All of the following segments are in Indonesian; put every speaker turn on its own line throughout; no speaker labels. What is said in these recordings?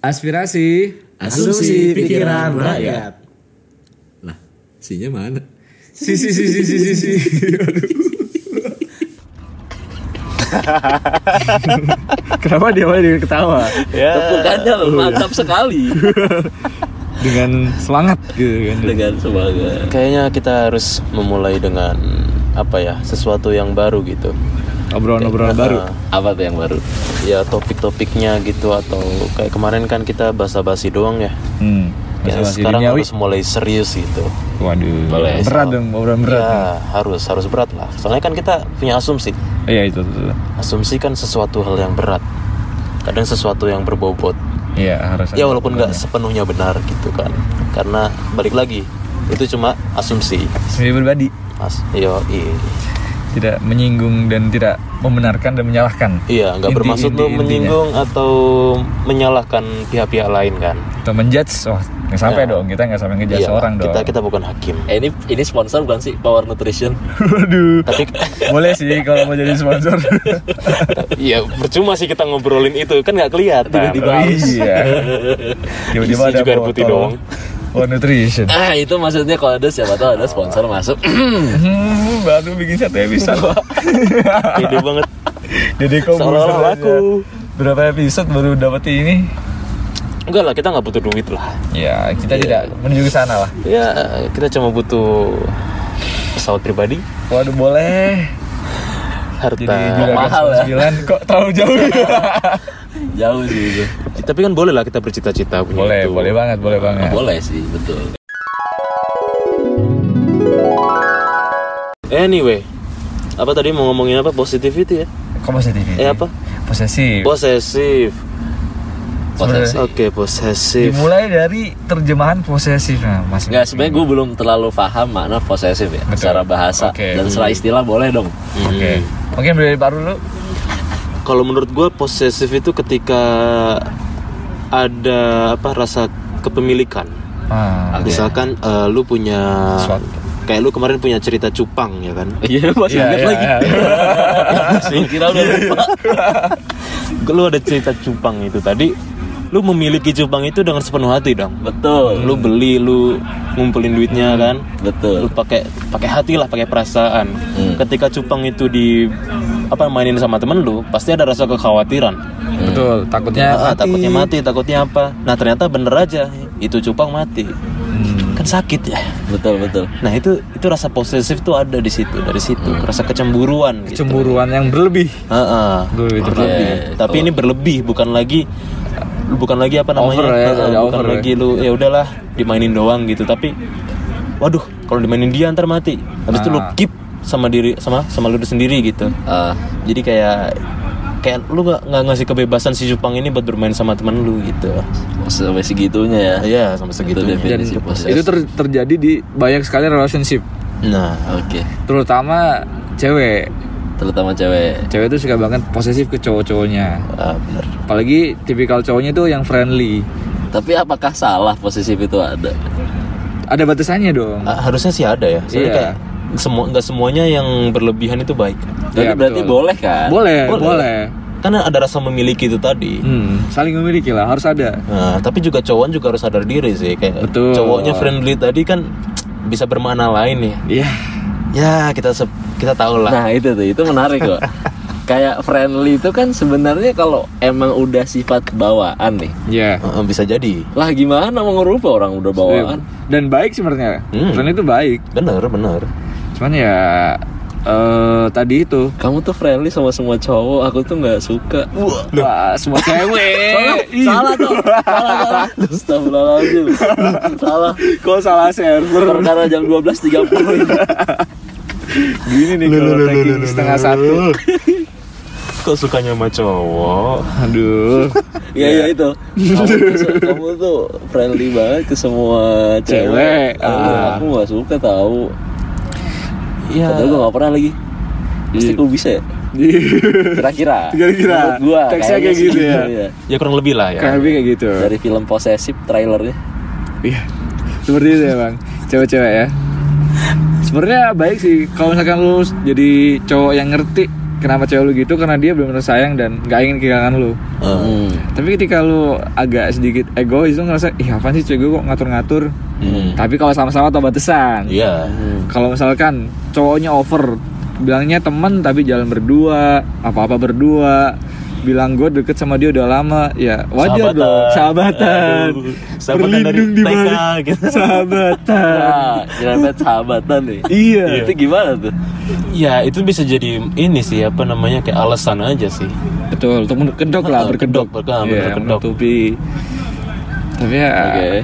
Aspirasi.
Asumsi pikiran rakyat. Lah, sinya mana?
Si si si si si si. si. Aduh.
Kenapa dia malah dia ketawa?
Ya.
Iya.
Tepukannya loh, mantap sekali
Dengan semangat gitu kan.
dengan semangat.
Kayaknya kita harus memulai dengan apa ya sesuatu yang baru gitu.
Obrolan-obrolan baru.
Nah,
Apa tuh yang baru?
ya topik-topiknya gitu atau kayak kemarin kan kita basa-basi doang ya.
Hmm.
Ya,
Masih
sekarang
duniawi.
harus mulai serius gitu.
Waduh.
Boleh.
Berat dong, obrolan berat. Oh,
Ya harus harus berat lah. Soalnya kan kita punya asumsi.
Iya itu. itu, itu.
Asumsi kan sesuatu hal yang berat. Kadang sesuatu yang berbobot.
Iya harus. Hmm.
Ya walaupun nggak sepenuhnya benar gitu kan. Karena balik lagi itu cuma asumsi.
Sendiri pribadi
Mas, yo iya.
tidak menyinggung dan tidak membenarkan dan menyalahkan.
Iya, nggak
Inti-
bermaksud
inti-
tuh
intinya.
menyinggung atau menyalahkan pihak-pihak lain kan.
Atau menjudge, wah nggak sampai
Ya.
dong kita nggak sampai ngejudge
Iya,
orang
kita
dong.
kita bukan hakim.
Eh, ini ini sponsor bukan sih Power Nutrition?
Waduh.
Tapi
Boleh sih kalau mau jadi sponsor.
ya percuma sih kita ngobrolin itu kan nggak kelihatan.
iya. Tiba-tiba
Isi
ada
juga air putih
botol.
doang.
Oh nutrition.
Ah, itu maksudnya kalau ada siapa tahu ada sponsor masuk.
Hmm, baru bikin satu episode.
Pede banget.
Jadi kok
Seolah-olah laku.
Berapa episode baru dapat ini?
Enggak lah, kita nggak butuh duit lah.
Ya, kita
Iya.
tidak menuju ke sana lah.
Ya, kita cuma butuh pesawat pribadi,
Waduh, boleh.
harta.
Jadi mahal
mahal
ya.
ya.
kok terlalu jauh.
Gitu.
Jauh sih itu.
Tapi kan boleh lah kita bercita-cita punya
boleh,
itu.
boleh banget, boleh banget.
Boleh sih, betul.
Anyway, apa tadi mau ngomongin apa positivity ya?
Kok positif? ini?
Eh apa?
Posesif.
Posesif.
Posesif.
Oke, posesif.
Dimulai dari terjemahan posesif. Nah, Mas.
Enggak, sebenarnya gue belum terlalu paham makna posesif ya,
Betul.
secara bahasa
Oke.
dan secara istilah boleh dong.
Oke.
Iya.
Mungkin dari baru lu
Kalau menurut gue posesif itu ketika ada apa rasa kepemilikan.
Ah,
Misalkan eh, lu punya
Sesuatu.
kayak lu kemarin punya cerita cupang ya kan.
Iya, masih ingat lagi. Masih kira udah lupa.
Lu ada cerita cupang itu tadi lu memiliki cupang itu dengan sepenuh hati dong.
Betul,
Lu beli, lu ngumpulin duitnya kan.
betul.
Lu pakai pakai hati lah, pakai perasaan. Ketika cupang itu di apa mainin sama temen lu, pasti ada rasa kekhawatiran.
Betul, takutnya Ya,
Ah,
mati.
takutnya mati, takutnya apa? Nah ternyata bener aja itu cupang mati.
Hmm.
Kan sakit ya.
Betul, betul.
Nah itu itu rasa posesif tuh ada di situ, dari situ rasa kecemburuan. gitu.
Cemburuan yang berlebih.
Ah, ah.
Gue itu.
Berlebih.
iya,
Tapi ini berlebih, bukan lagi bukan lagi apa namanya?
Over ya,
Ah,
ada
bukan
over ya.
lagi lu ya udahlah dimainin doang gitu. Tapi waduh, kalau dimainin dia ntar mati. Habis itu lu
Ah.
keep sama diri sama sama lu sendiri gitu.
Ah,
Jadi kayak kayak lu nggak nggak ngasih kebebasan si Jepang ini buat bermain sama temen lu gitu.
sampai segitunya ya.
Iya, sama
Itu
segitunya.
Dan
definisi posesif.
itu ter- terjadi di banyak sekali relationship,
Nah,
Oke,
terutama cewek.
terutama cewek.
Cewek itu suka banget posesif ke cowok-cowoknya.
ah, bener.
Apalagi tipikal cowoknya tuh yang friendly.
Tapi apakah salah posesif itu ada?
Ada batasannya dong.
Ah, harusnya sih ada ya. Soalnya
Iya.
kayak semua nggak semuanya yang berlebihan itu baik.
Iya,
Jadi berarti
betul.
boleh kan?
Boleh, boleh.
boleh. Karena ada rasa memiliki itu tadi.
Hmm, saling memiliki lah, harus ada.
Nah, tapi juga cowok juga harus sadar diri sih kayak
Betul.
cowoknya friendly tadi kan bisa bermakna lain ya.
Iya.
Ya, kita se- kita tahu lah.
Nah itu tuh, itu menarik kok. Kayak friendly itu kan sebenarnya kalau emang udah sifat bawaan nih,
Iya.
Eh, bisa jadi.
lah gimana mau ngerubah orang udah bawaan?
Dan baik sebenarnya.
Hmm.
Friendly itu baik.
Bener, bener.
Cuman ya eh tadi itu
Kamu tuh friendly sama semua cowok, aku tuh nggak suka. Eh,
Wah, semua cewek. Ih,
Salah tuh, salah, salah. Astagfirullahaladzim. Salah.
Kok salah server?
Perkara jam 12.30 ini.
Gini nih kalau ranking setengah satu.
Kok sukanya sama cowok?
Aduh.
Ya,
Iya.
ya itu. Kamu tuh, kamu tuh friendly banget ke semua
Cewek,
cewek. Aku-
ah. Iya.
Aku nggak suka tahu. Padahal gue nggak pernah lagi. Pasti gue bisa ya. Kira-kira.
Kira-kira.
Menurut Gua,
Teksnya
kayaknya
kayak gitu
sih,
ya.
iya.
Ya kurang lebih lah ya.
Kurang lebih kayak gitu.
Dari film posesif trailernya.
Iya. Seperti itu ya, Bang. Cewek-cewek ya. Sebenarnya baik sih kalau misalkan lu jadi cowok yang ngerti kenapa cewek lu gitu karena dia benar-benar sayang dan nggak ingin kehilangan lu
Hmm.
tapi ketika lu agak sedikit egois lu ngerasa ih apaan sih cewek gue kok ngatur-ngatur
Hmm.
tapi kalau sama-sama tau batasan
Iya.
kalau misalkan cowoknya over bilangnya teman tapi jalan berdua apa-apa berdua bilang gue deket sama dia udah lama ya wajar
Sahabatan.
dong sahabatan
Aduh, sahabatan dari
berlindung di balik
TK gitu.
sahabatan
Nah, jangan banget sahabatan nih.
Iya.
Itu gimana tuh?
Ya itu bisa jadi ini sih apa namanya kayak alasan aja sih.
betul untuk berkedok lah
Ah,
berkedok
Berkedok, berkedok,
Iya,
berkedok.
menutupi tapi ya gimana
Oke.
ya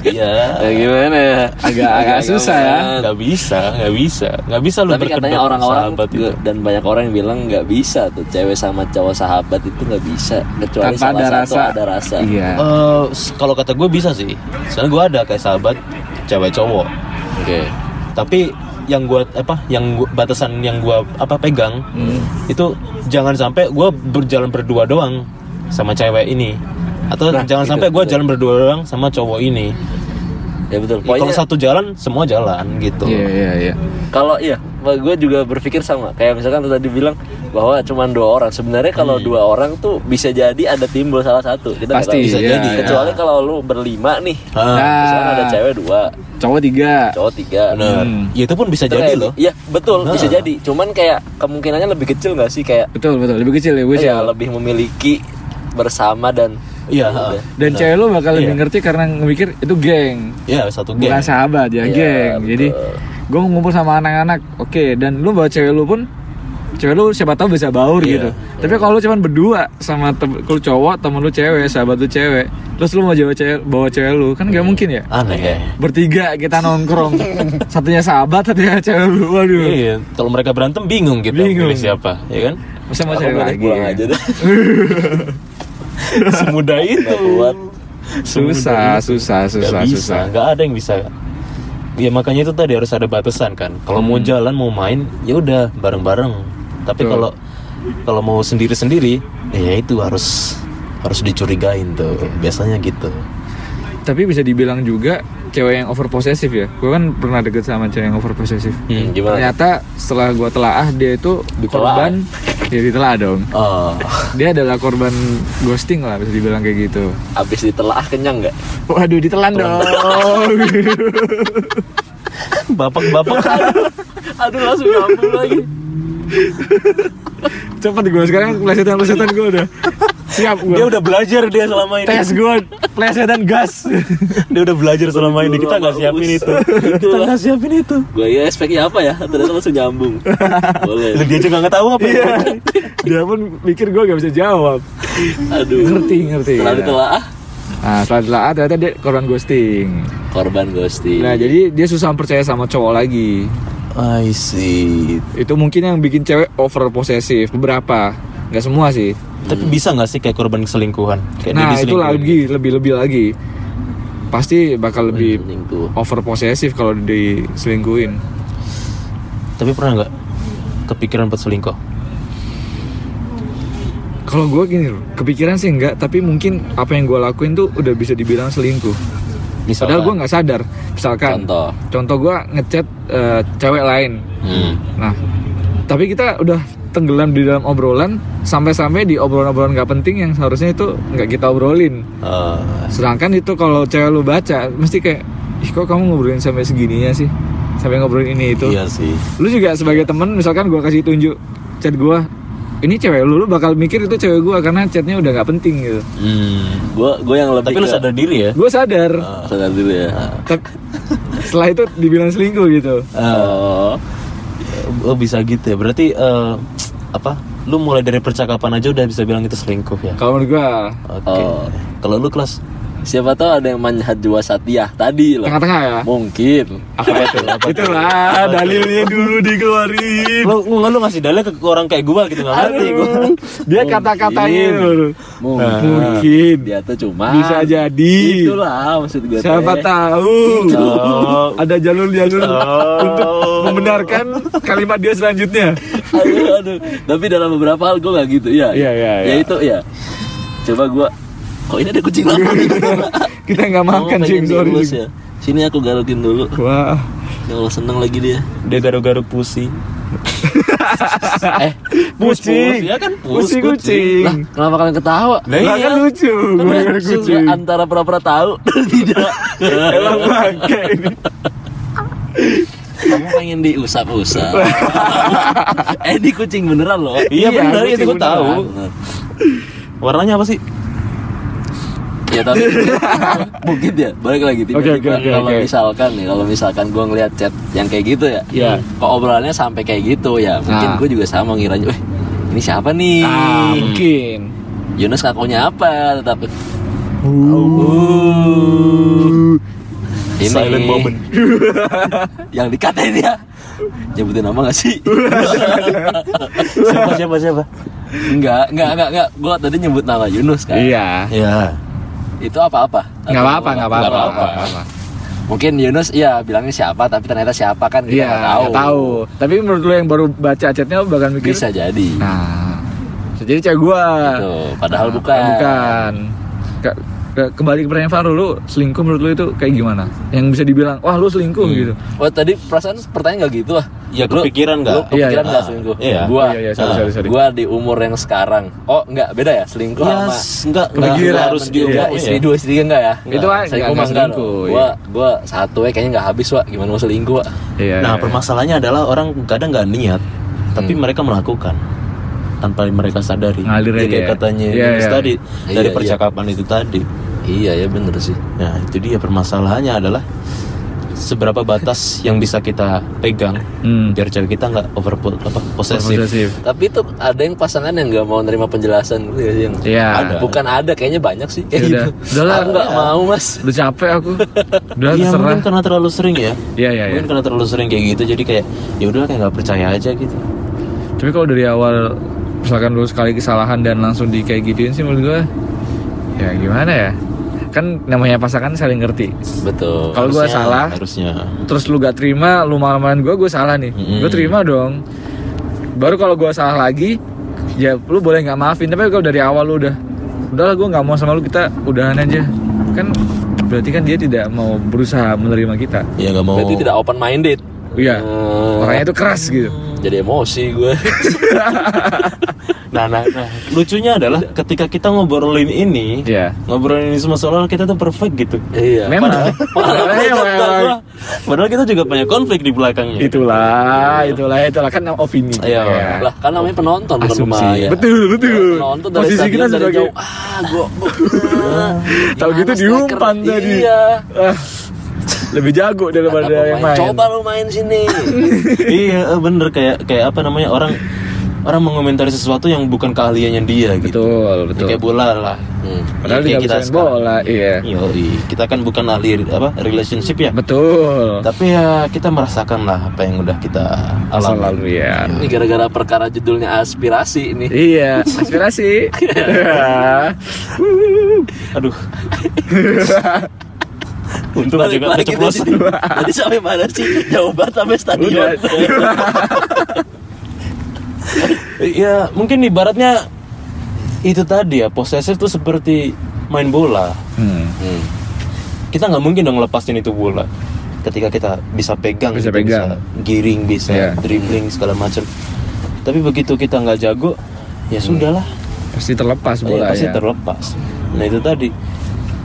Iya.
Ya, gimana ya?
agak agak susah ya
Gak bisa, gak bisa, gak bisa lu
Tapi
berkedok
katanya
sama
orang-orang
sahabat itu.
ge- dan banyak orang yang bilang nggak bisa tuh cewek sama cowok sahabat itu nggak bisa kecuali
tanpa
salah
ada
satu
rasa
ada rasa.
iya
Eh, s- kalau kata gue bisa sih. Soalnya gue ada kayak sahabat cewek cowok.
Oke.
Tapi yang gue apa yang gua- batasan yang gue apa pegang
Hmm.
itu jangan sampai gue berjalan berdua doang sama cewek ini atau
Nah,
jangan sampai gue jalan berdua doang sama cowok ini.
Ya betul.
Iya, Kalau
Pokoknya
satu jalan semua jalan gitu.
iya iya iya
kalau iya, gue juga berpikir sama. Kayak misalkan tuh tadi bilang bahwa cuma dua orang. Sebenarnya kalau
Iya.
dua orang tuh bisa jadi ada timbul salah satu. Kita nggak
Pasti,
tahu. bisa
iya,
jadi.
iya.
Kecuali kalau lu berlima nih.
Nah,
Ah,
Misalkan ada cewek dua,
cowok tiga
cowok tiga.
bener.
hmm.
Ya, itu pun bisa
Itu
jadi
kayak-
gitu.
loh.
Iya betul bisa jadi. Cuman kayak kemungkinannya lebih kecil nggak sih kayak
betul betul lebih kecil ya gue
ya lebih memiliki bersama dan
Iya.
dan cewek lo bakal
Iya.
lebih ngerti karena mikir itu geng
Iya satu
bukan
geng.
sahabat ya
Iya,
geng
betul.
jadi gue ngumpul sama anak-anak oke dan lu bawa cewek lu pun cewek lu siapa tahu bisa baur
Iya,
gitu tapi kalau lu cuman berdua sama tem lu cowok temen lu cewek sahabat lu cewek terus lu mau bawa cewek bawa cewek lu kan
Iya.
nggak mungkin ya
Aneh ya.
bertiga kita nongkrong satunya sahabat satunya cewek lu waduh
Iya, kalau mereka berantem bingung gitu
Bingung.
pilih siapa, ya kan?
masa mau
Aku
cewek
milih
lagi
pulang
ya?
aja deh.
Semudah itu.
Nggak kuat.
susah susah susah
Gak bisa,
susah
nggak ada yang bisa. Ya makanya itu tadi harus ada batasan kan. Kalau mau
Hmm.
jalan mau main, ya udah bareng-bareng. Tapi kalau kalau mau sendiri-sendiri, ya itu harus harus dicurigain tuh. Biasanya gitu.
tapi bisa dibilang juga cewek yang over possessive ya gue kan pernah deket sama cewek yang over possessive
Iya.
Hmm, gimana?
ternyata setelah gue telaah dia itu korban ya ditelaah dong
Ah,
dia adalah korban ghosting lah bisa dibilang kayak gitu
Abis ditelaah kenyang nggak?
waduh ditelan dong
bapak-bapak kan
Aduh langsung nyambung lagi.
cepet gue sekarang plesetan plesetan gue udah siap gue
dia udah belajar dia selama ini.
tes gue plesetan gas
Dia udah belajar selama ini. Kita nggak siapin itu. Kita nggak siapin itu.
Gue Gitu ya aspeknya apa ya? Ternyata langsung nyambung.
Lu
Boleh.
dia juga nggak tahu apa.
Iya.
yang dia-
dia pun mikir gue gak bisa jawab
Aduh.
ngerti ngerti
Setelah ah, ditelaah
nah setelah ditelaah ternyata dia korban ghosting
korban ghosting.
nah jadi dia susah percaya sama cowok lagi
I see.
itu mungkin yang bikin cewek over posesif beberapa nggak semua sih
Tapi bisa nggak sih kayak korban selingkuhan? Kayak dia
nah itu
diselingkuhin.
lagi lebih lebih lagi pasti bakal lebih
Selingkuh.
over posesif kalau diselingkuhin
Tapi pernah nggak kepikiran buat selingkuh?
kalau gue gini loh, kepikiran sih enggak tapi mungkin apa yang gue lakuin tuh udah bisa dibilang selingkuh
Misalkan.
padahal gue nggak sadar misalkan
Contoh.
contoh gue ngechat eh, cewek lain nah tapi kita udah tenggelam di dalam obrolan sampai-sampai di obrolan-obrolan nggak penting yang seharusnya itu nggak kita obrolin
Eh,
Sedangkan itu kalau cewek lu baca mesti kayak ih kok kamu ngobrolin sampai segininya sih? Sampai ngobrolin ini itu.
iya sih.
Lu juga sebagai temen misalkan gua kasih tunjuk chat gua ini cewek lu, lu bakal mikir itu cewek gua karena chatnya udah nggak penting gitu.
Hmm.
Gue gue yang lebih
Tapi lu
ke-
sadar diri ya.
Gua sadar.
sadar dulu ya.
Tapi setelah itu dibilang selingkuh gitu.
Oh.
Oh bisa gitu ya. Berarti eh, apa? Lu mulai dari percakapan aja udah bisa bilang itu selingkuh ya.
Kalau menurut gua
Oke.
Oh.
Kalau lu kelas
Siapa tahu ada yang manhat jiwa satya tadi loh.
tengah-tengah ya.
Mungkin.
Apa itu? Itulah dalilnya dulu dikeluarin.
lu nggak lu ngasih dalil ke orang kayak gua gitu nggak ngerti gua.
Dia kata-katanya
Mungkin.
dulu.
Mungkin.
Mungkin
Dia tuh cuma
bisa jadi.
Itulah maksud
Iya,
gue.
Siapa
teh.
tahu
Oh.
ada jalur-jalur untuk membenarkan kalimat dia selanjutnya.
aduh, aduh. Tapi dalam beberapa hal gue gak gitu. Iya,
Iya, iya, iya.
Ya itu ya. Coba gue kok ini ada kucing lama nih?
Kita nggak
Oh,
makan
pengen
cing sorry.
dielus ya. Sini aku garukin dulu.
Wah,
Ya Allah seneng lagi dia.
Dia garuk-garuk pusi.
Nah.
eh
Kucing.
ya kan pus
Kucing
lah
kucing.
kenapa kalian ketawa
Lah
Lah
iya.
kan lucu.
nah Kan
Gue
ada
kucing.
antara pura-pura tahu dan tidak
Emang bangke ini.
kamu pengen diusap-usap eh di kucing beneran loh
Iya, bener,
kucing
itu gua tahu.
beneran.
warnanya apa sih
ya tapi mungkin ya balik lagi tiba-tiba
Oke, oke, oke,
kalau
oke.
misalkan nih kalau misalkan gue ngeliat chat yang kayak gitu ya
Iya.
kok obrolannya sampai kayak gitu ya
Nah.
mungkin gue juga sama ngiranya eh ini siapa nih
Ah, mungkin.
Yunus ngakunya apa tetapi ini
silent moment
yang dikatain ya nyebutin nama gak sih
siapa siapa siapa
enggak enggak enggak enggak gue tadi nyebut nama Yunus kan
Iya.
ya
itu apa-apa
Nggak apa-apa, nggak apa-apa.
Nggak
nggak apa-apa.
mungkin Yunus ya bilangnya siapa tapi ternyata siapa kan kita
Iya,
nggak
tahu. tahu. Tapi menurut lo yang baru baca chatnya lo bakal mikir.
bisa jadi
Nah, bisa jadi cewek gua.
Gitu, padahal
Nah,
bukan.
Bukan. Ke- ke- kembali ke pertanyaan Faru, lu selingkuh menurut lu itu kayak gimana? Yang bisa dibilang, wah lu selingkuh gitu.
Wah Oh, tadi perasaan pertanyaan gak gitu ah
Ya,
Lu-
kepikiran nggak?
lu Kepikiran
Iya, iya.
nggak selingkuh
Iya.
Gua
Oh, iya, iya, sorry,
ah,
sorry, sorry.
Gua di umur yang sekarang Oh nggak beda ya selingkuh sama
Iya, enggak
Kepikiran.
enggak harus
Iya,
diubah
istri
ya.
dua istri tiga enggak ya
Itu kan nggak- nggak
enggak
selingkuh,
loh.
iya.
Gua gua satu ya kayaknya nggak habis wa gimana mau selingkuh wa
Iya.
Nah,
iya.
permasalahannya adalah orang kadang nggak niat, tapi mereka melakukan tanpa mereka sadari.
Ngalir
Ya,
aja
kayak
ya.
katanya
Iya,
Yunus
iya.
tadi
Iya,
dari
iya.
percakapan itu tadi.
Iya ya bener sih
Nah, itu dia permasalahannya adalah seberapa batas yang bisa kita pegang
Hmm.
biar cewek kita nggak over apa posesif.
Posesif.
Tapi itu ada yang pasangan yang nggak mau nerima penjelasan gitu ya, yang
Iya.
Ada.
Bukan ada kayaknya banyak sih kayak
Yaudah.
gitu
Udah lah. Iya.
Aku nggak mau mas
Udah capek aku. Udah
Iya,
terserah.
mungkin karena terlalu sering ya.
Iya, iya, iya.
Mungkin karena terlalu sering kayak gitu jadi kayak ya udah kayak nggak percaya aja gitu.
Tapi kalau dari awal misalkan lu sekali kesalahan dan langsung di kayak gituin sih menurut gua ya gimana ya? Kan namanya pasangan saling ngerti.
Betul
Kalau gua
Harusnya-
salah,
harusnya
terus lu gak terima lu malam-malam gue gue salah nih
Mm-mm.
gue terima dong baru kalau gue salah lagi ya lu boleh nggak maafin tapi kalau dari awal lu udah udahlah gue nggak mau sama lu kita udahan aja kan berarti kan dia tidak mau berusaha menerima kita
ya nggak mau.
Berarti tidak Eh, open minded
iya
Oh.
orangnya itu keras gitu
Jadi emosi gue
Nah, nah, nah, lucunya adalah ketika kita ngobrolin ini,
Iya.
ngobrolin ini semua soal kita tuh perfect gitu.
Iya
memang
Padahal, kita-
memang
padahal kita juga punya konflik di belakangnya.
itulah itulah itulah kan opini
Iya.
ya.
Lah kan namanya penonton bukan pemain
asumsi betul betul
Penonton dari
posisi kita
stadion, dari
sebagai
jauh. Ah gue
Tahu gitu diumpan tadi.
Iya
ah, lebih jago
Kata
daripada yang
pemain,
main
Coba lu main sini
iya, bener kayak kayak apa namanya orang orang mengomentari sesuatu yang bukan keahliannya dia gitu.
betul betul
Kayak bola lah.
Hmm.
Padahal
Ya, kayak
dia nggak bisa main
sekarang.
bola, iya.
Yoi, kita kan bukan ahli apa relationship ya.
Betul.
Tapi ya kita merasakan lah apa yang udah kita
Masa
alami.
lalu ya.
Ini gara-gara perkara judulnya aspirasi ini
Iya, aspirasi. Iya.
Aduh. Untung
Balik
aja gak
lagi
keceplosan.
tadi. Tadi sampai mana sih? Jawaban sampai
Udah.
stadion.
Ya mungkin ibaratnya itu tadi ya posesif tuh seperti main bola.
Hmm.
Hmm.
Kita nggak mungkin dong lepasin itu bola. Ketika kita bisa pegang,
Bisa
kita
pegang.
bisa giring, bisa
Iya.
dribbling segala macam. Tapi begitu kita nggak jago, ya sudahlah,
Pasti terlepas
Ya,
bola
pasti
ya.
terlepas. Nah itu tadi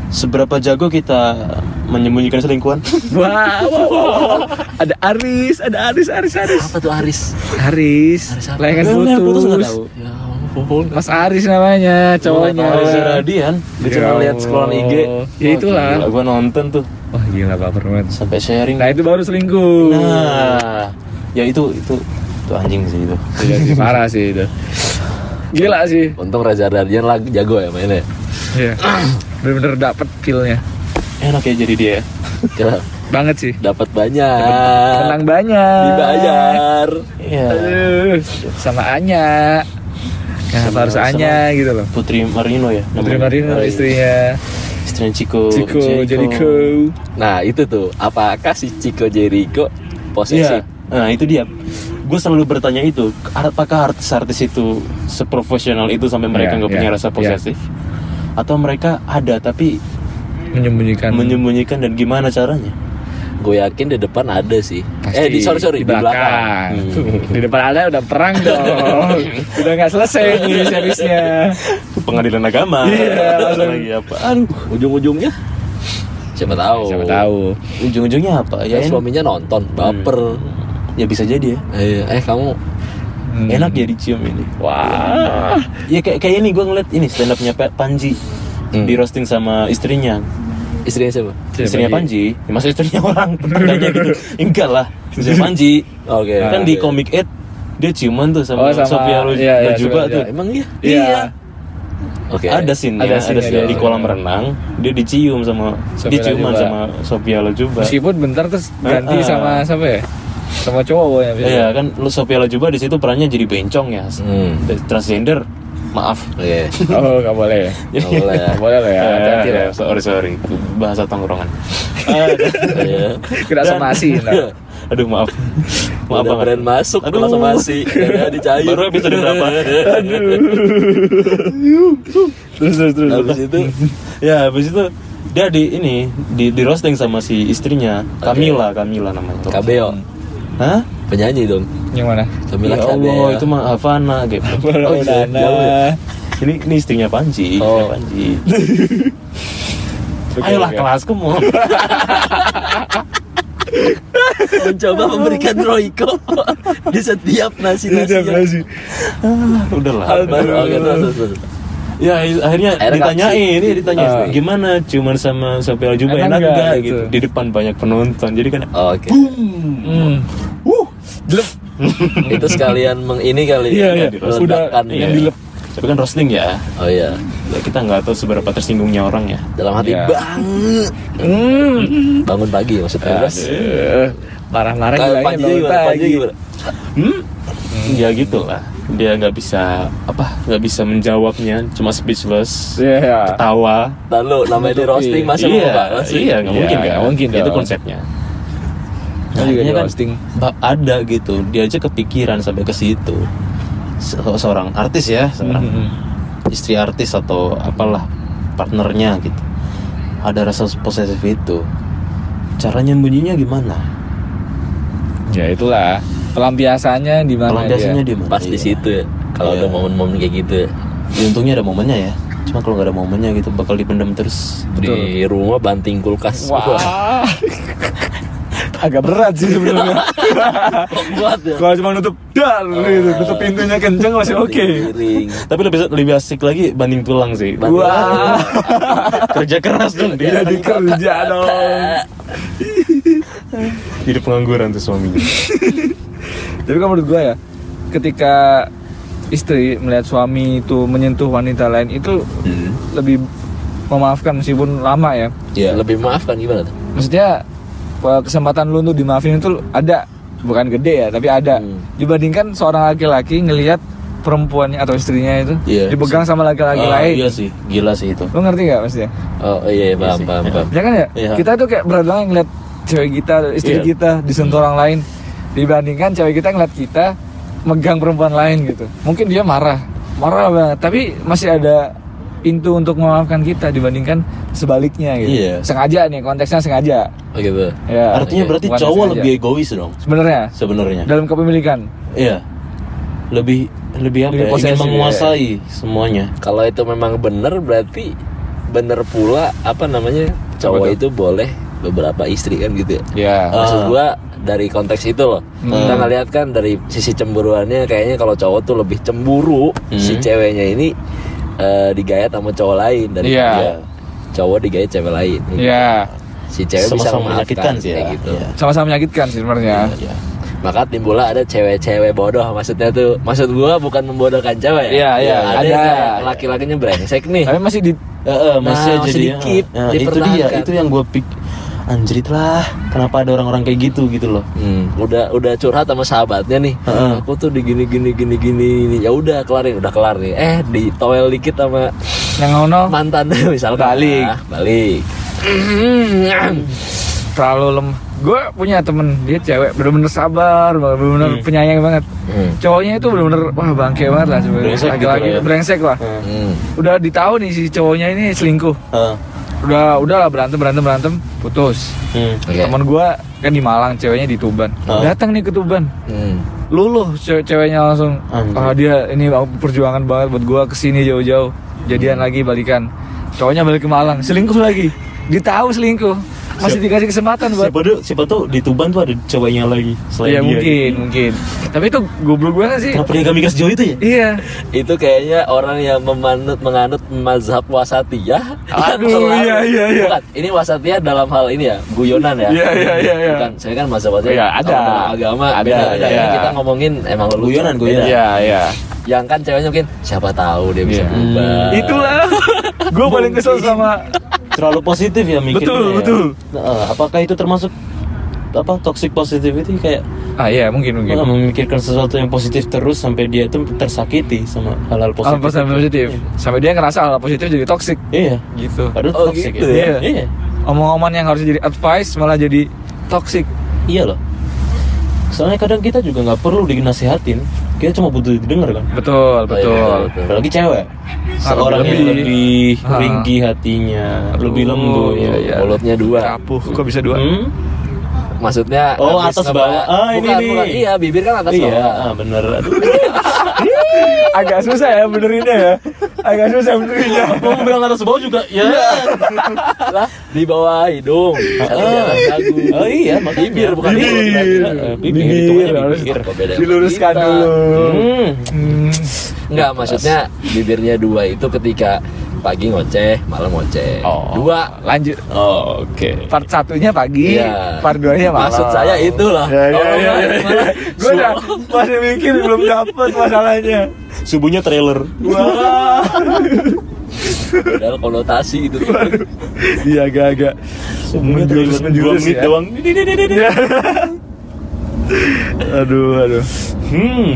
seberapa jago kita menyembunyikan selingkuhan.
Wah, wah, wah, wah. Ada Aris, ada Aris, Aris, Aris.
Apa tuh Aris?
Aris,
apa?
layangan
Nah, nah, putus nggak
putus.
tahu.
Ya ampun.
Mas Aris namanya, cowoknya.
Reza Radian.
Gue cuma
Ya
lihat scrollan
Allah.
IG.
Ya itulah.
Wah, gila, gua nonton tuh
Wah, gila baper banget.
sampai sharing.
Nah, itu baru selingkuh.
Nah, ya itu itu itu anjing sih itu.
Iya sih, parah sih itu. Gila sih.
Untung Reza Radian lagi jago ya mainnya.
Iya. Bener-bener dapet feel-nya.
Enak ya jadi dia. ya.
Kira
Banget sih.
dapat banyak.
Menang banyak.
Dibayar.
Iya.
Aduh, sama Anya. Kenapa
Sama-
harus
sama-
Anya gitu loh.
Putri Marino ya. namanya?
Putri Marino
Ay,
istrinya
Istrinya Chico.
Chico Jericho.
Nah, itu tuh. Apakah si Chico Jericho
Iya.
posesif?
Nah itu dia. Gue selalu bertanya itu, apakah artis-artis itu seprofesional itu sampai mereka
Iya,
nggak
iya,
punya rasa
iya.
posesif? Atau mereka ada tapi
menyembunyikan Kan.
menyembunyikan dan gimana caranya?
gue yakin di depan ada sih
Pasti.
eh di sorry sorry di belakang,
Hmm.
di depan ada udah perang dong udah nggak selesai nih seriesnya
Pengadilan agama.
Iya, langsung.
lagi apa? Aduh,
ujung-ujungnya Hmm, siapa
Oh.
tahu
siapa tahu
ujung-ujungnya apa?
ya
Kan
Ya, en-
suaminya nonton baper
ya bisa jadi ya.
eh, eh kamu
Enak ya dicium ini.
Hmm. wah
Ya kayak kayak ini gue ngeliat ini stand upnya Pa- Panji
Hmm.
di roasting sama istrinya.
istrinya siapa
istrinya Panji, ya, masa istrinya orang Tanya gitu. Enggak lah, istrinya Panji.
oke
kan di Comic 8 dia ciuman tuh
Oh,
sama,
sama-
Sofia Lu-
iya, iya,
Lajuba
Sofia,
tuh.
iya.
emang iya
Iya.
oke
Ada scene
Ada
ada,
scene-nya,
scene-nya
ada
di kolam renang, dia dicium sama
Sofia
diciuman
Lajuba.
sama Sofia Lajuba.
meskipun bentar terus ganti
Ah.
sama siapa ya sama cowok ya biasanya.
Iya kan lu Sofia Lajuba di situ perannya jadi bencong ya.
Hmm.
Transgender. Maaf.
oke
oh nggak boleh ya?
nggak boleh ya
nggak boleh lah ya
Iya. Eh,
hati-hati lah
sorry sorry bahasa tongkrongan.
Iya.
kena
Dan- Iya.
somasi ntar.
Aduh maaf.
Udah
Maaf banget.
brand masuk Aduh. langsung masih Gak dicair
Baru episode berapa? terus terus terus.
Habis itu
ya habis itu dia di ini di, di roasting sama si istrinya Kamila Kamila namanya.
Kabeo
Hah?
Penyanyi dong
yang mana
Sambil
ya Allah itu mah Havana gitu.
Oh,
iya,
Dana.
jauh ya?
ini ini istrinya Panji, istrinya
Oh.
Panji.
Oke,
Ayolah
oke.
kelas kamu.
Mencoba memberikan Royco Di setiap nasi-nasinya
Udahlah.
Hal baru Oke Oh, gitu, terus terus, terus
Ya i- akhirnya
Akhirnya
ditanyain, ini ditanya
Ah.
gimana cuman sama Sofia Juba
Enak
enak
nggak,
enggak
gitu.
gitu. Di depan banyak penonton. Jadi kan
Oh, Oke
hmm.
uh
Itu sekalian meng ini kali ya,
Iya, iya. Udah,
Meledakan
Yang dilep.
Tapi kan roasting
ya.
ya.
Oh iya
Ya, kita nggak tahu seberapa tersinggungnya orang ya.
Dalam hati
Iya.
banget
Hmm.
Bangun pagi maksudnya Terus
Eh, marah-marah
Kalau
bilangnya
Nah, Panji
bangun
gimana? Panji
pagi.
gimana?
Hmm? Ya gitulah. Dia nggak bisa apa? Nggak bisa menjawabnya, cuma speechless.
Iya.
Ketawa.
Dan lu namanya di roasting masa lu mau
iya,
balas sih?
iya, nggak
Iya,
mungkin
nggak
kan?
mungkin
Itu
dong.
konsepnya.
Kan juga
Akhirnya
di
kan
roasting.
ba- ada gitu. Dia aja kepikiran sampai ke situ. Se- seorang artis ya, seorang
Hmm.
istri artis atau apalah partnernya gitu. Ada rasa posesif itu. Caranya bunyinya gimana?
ya itulah pelampiasannya di mana
Pelampiasannya
dia?
di mana?
Pas di
Nah, Iya.
situ ya Kalau
Iya.
ada momen-momen kayak gitu ya
Ya, untungnya ada momennya ya. Cuma kalau nggak ada momennya gitu bakal dipendam terus.
di rumah banting kulkas
wah agak berat sih sebenarnya
kuat ya
kalau cuma nutup dar gitu nutup pintunya kenceng masih oke
Miring.
Tapi lebih lebih asik lagi banding Iya, tulang sih.
Banting
Wah.
Kerja keras dong dia.
jadi kerja dong
Jadi pengangguran tuh suaminya.
tapi kan menurut gue ya ketika istri melihat suami itu menyentuh wanita lain itu
Hmm.
lebih memaafkan meskipun lama ya
Ya, lebih maafkan gimana tuh?
maksudnya eh, kesempatan lu untuk dimaafin itu ada bukan gede ya tapi ada
Hmm.
dibandingkan seorang laki-laki ngelihat perempuannya atau istrinya itu
Iya.
dipegang sama laki-laki
Ah,
lain
Iya sih, gila sih itu.
lu ngerti nggak ya? maksudnya
Oh iya, iya, paham, paham, paham.
ya kan ya
Iya.
kita tuh kayak berat banget ngelihat cewek kita istri
Iya.
kita disentuh orang lain dibandingkan cewek kita ngeliat kita megang perempuan lain gitu mungkin dia marah marah banget tapi masih ada pintu untuk memaafkan kita dibandingkan sebaliknya gitu
Iya.
sengaja nih konteksnya sengaja
Oh gitu.
ya
Artinya
Oke.
berarti
Bukan
cowok
sengaja.
lebih egois dong
sebenarnya
sebenarnya.
dalam kepemilikan
Iya. Lebih lebih apa?
Lebih
ya, ingin
posesif,
menguasai semuanya.
Kalau itu memang benar berarti benar pula apa namanya? Cowok itu boleh beberapa istri kan gitu ya.
ya
Ah.
Maksud gua dari konteks itu loh.
Hmm.
Kita ngeliat kan dari sisi cemburuannya kayaknya kalau cowok tuh lebih cemburu
Hmm.
si ceweknya ini eh, digayat sama cowok lain dari
Iya.
dia. Cowok digayat cewek lain.
ya
Si cewek bisa
Iya. Sama-sama menyakitkan
memaafkan
sih ya.
kayak gitu.
Iya.
sama-sama menyakitkan sih sebenarnya
Iya.
maka timbullah ada cewek-cewek bodoh maksudnya tuh maksud gua bukan membodohkan cewek
Iya, iya,
ada,
ada.
yang kayak laki-lakinya brengsek nih
tapi masih di
Eh, eh, masih
Nah,
jadi
sedikit
eh, itu dia,
dipertahankan.
itu yang gue pik anjrit lah. Kenapa ada orang-orang kayak gitu gitu loh.
Hmm, udah udah curhat sama sahabatnya nih
Heeh.
aku tuh digini gini gini gini gini. ya udah kelarin udah kelar nih eh di toel dikit sama
yang ngono
mantan misalkan
Balik.
Ah, balik
terlalu lemah gue punya temen dia cewek bener-bener sabar banget, bener-bener penyayang banget
Hmm.
cowoknya itu bener-bener wah bangke banget lah sebenarnya
Brengsek gitu
laki-laki
lah ya.
brengsek lah
Hmm.
udah ditahu nih si cowoknya ini selingkuh
Eh,
udah udah lah berantem berantem berantem putus
Hmm.
Oke.
temen gua kan di Malang ceweknya di Tuban
Oh.
datang nih ke Tuban
Hmm.
luluh ce- ceweknya langsung
Anjir.
ah dia ini perjuangan banget buat gua kesini jauh-jauh jadian lagi balikan cowoknya balik ke Malang selingkuh lagi ditahu selingkuh masih dikasih kesempatan buat
Siapa tuh? Siapa tuh di Tuban tuh ada ceweknya lagi
Iya
selain dia. gitu.
mungkin mungkin tapi itu goblok banget sih
Kenapa dia gak migas jauh itu ya?
iya
Itu kayaknya orang yang memanut menganut mazhab wasatiyah.
Aduh,
Yang selalu-
iya, iya, iya.
Bukan, ini wasatiyah dalam hal ini ya, guyonan ya.
Iya, iya, iya, iya.
Bukan, saya kan mazhab wasatiyah.
Iya, ada.
Kalau dalam agama
Ada,
beda, beda.
iya.
Ini kita ngomongin emang lucu.
Guyonan, guyonan.
Beda.
iya
Yang kan ceweknya mungkin siapa tahu dia bisa
Iya.
Ah.
berubah.
itulah gua paling kesel sama
Terlalu positif ya mikirnya.
Betul,
ya.
betul.
Nah, apakah itu termasuk apa toxic positivity kayak
ah iya mungkin
ah,
mungkin
memikirkan sesuatu yang positif terus sampai dia itu tersakiti sama hal-hal
Hal
positif.
positif sampai dia ngerasa hal positif jadi toxic
Iya.
gitu
Padahal
Oh,
toxic
gitu
ya?
ya. Iya.
omongan yang harus jadi advice malah jadi toxic
Iya loh. Soalnya kadang kita juga nggak perlu dinasehatin, kita cuma butuh didengar kan.
betul
Oh, iya,
betul
betul.
Apalagi cewek.
Ah,
Seorang
lebih-
yang lebih
Ah.
ringkih hatinya, lebih lembut.
iya, iya.
Mulutnya dua.
Rapuh, kok bisa dua?
Hmm?
Maksudnya
Oh,
habis
atas
ngebahas-
bawah. Ah, ini
bukan,
nih.
bukan. Iya, bibir kan atas
Iya,
bawah.
ah, bener. Aduh,
Agak susah ya benerinnya ya. Agak susah benerinnya.
Mau bilang atas bawah juga. Ya.
lah di bawah hidung satu jalan
Ah.
dagu
Oh iya, makanya.
bibir bukan
Bibir.
mulut.
Eh, bibir,
Bibir,
hitungannya
harus
bibir.
Kok beda
Diluruskan
kita?
dulu.
Hmm.
Hmm.
enggak maksudnya bibirnya dua itu ketika pagi ngoceh malam ngoceh
Oh.
dua
Lanjut.
Oh, Oke.
Part satunya pagi,
Iya.
part duanya malam.
maksud saya Oh, itulah
Ya, ya,
Kalau
ya,
malam,
ya, ya.
malam.
Gue udah masih mikir belum dapet masalahnya.
Subuhnya trailer.
Wah.
padahal konotasi itu tuh.
Iya agak-agak
Subuhnya trailer. Dua
menjurus
menit
ya.
doang. Di, di, di, di, di.
aduh, aduh.
Hmm.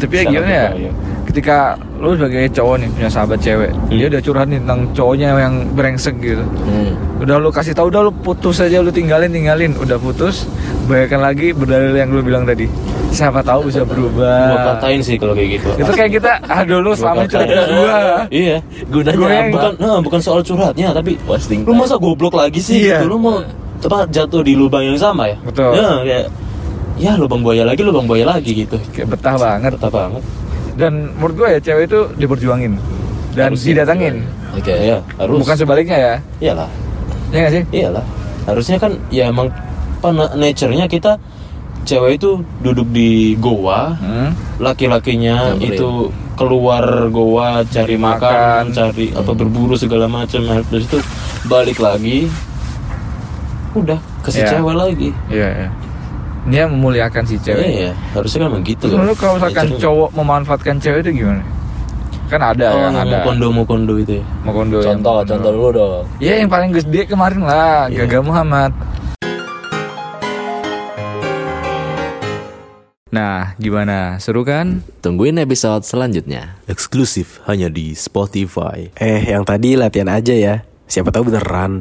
Tapi ya gimana ya?
Iya. Hmm.
Ketika lu sebagai cowok nih punya sahabat cewek, dia udah curhat nih tentang cowoknya yang brengsek gitu.
Hmm.
udah lu kasih tahu udah lu putus aja lu tinggalin tinggalin udah putus bayangkan lagi berdalil yang lu bilang tadi siapa tahu bisa
Gua
berubah
katain sih kalau kayak gitu.
itu kayak Ah. kita aduh lu selama ini curhat kita dua
Iya.
gunanya
Gue yang
apa
Bukan, nah, bukan soal curhatnya, tapi
Wasting
lu
time.
masa goblok lagi sih
Iya.
gitu. Lu mau apa jatuh di lubang yang sama ya?
Betul.
Ya, kayak, ya lubang buaya lagi, lubang buaya lagi gitu.
kayak betah banget
Betah banget.
dan menurut gue ya cewek itu diperjuangin dan
Harus
didatangin
oke
Ya, harus.
bukan sebaliknya ya
Iyalah.
ya gak sih
Iyalah. Harusnya kan ya emang apa na- nature-nya kita cewek itu duduk di goa,
hmm.
laki-lakinya
Nyamperin.
itu keluar goa cari makan,
Makan. Hmm.
cari apa berburu segala macam Nah, habis itu balik lagi udah ke si
Iya.
cewek lagi
iya iya dia memuliakan si cewek
Iya, harusnya kan begitu
Terus
kan.
menurut kalau misalkan
Nature-nya.
cowok memanfaatkan cewek itu gimana kan ada
Oh,
kan
yang
ada
kondo mau kondo itu ya.
Mau kondo yang-
contoh contoh dulu dong
Ya yang paling gede kemarin lah,
Iya.
Gaga Muhammad. Nah, gimana? Seru kan?
tungguin episode selanjutnya
Eksklusif hanya di Spotify.
Eh, yang tadi latihan aja ya. Siapa tahu beneran.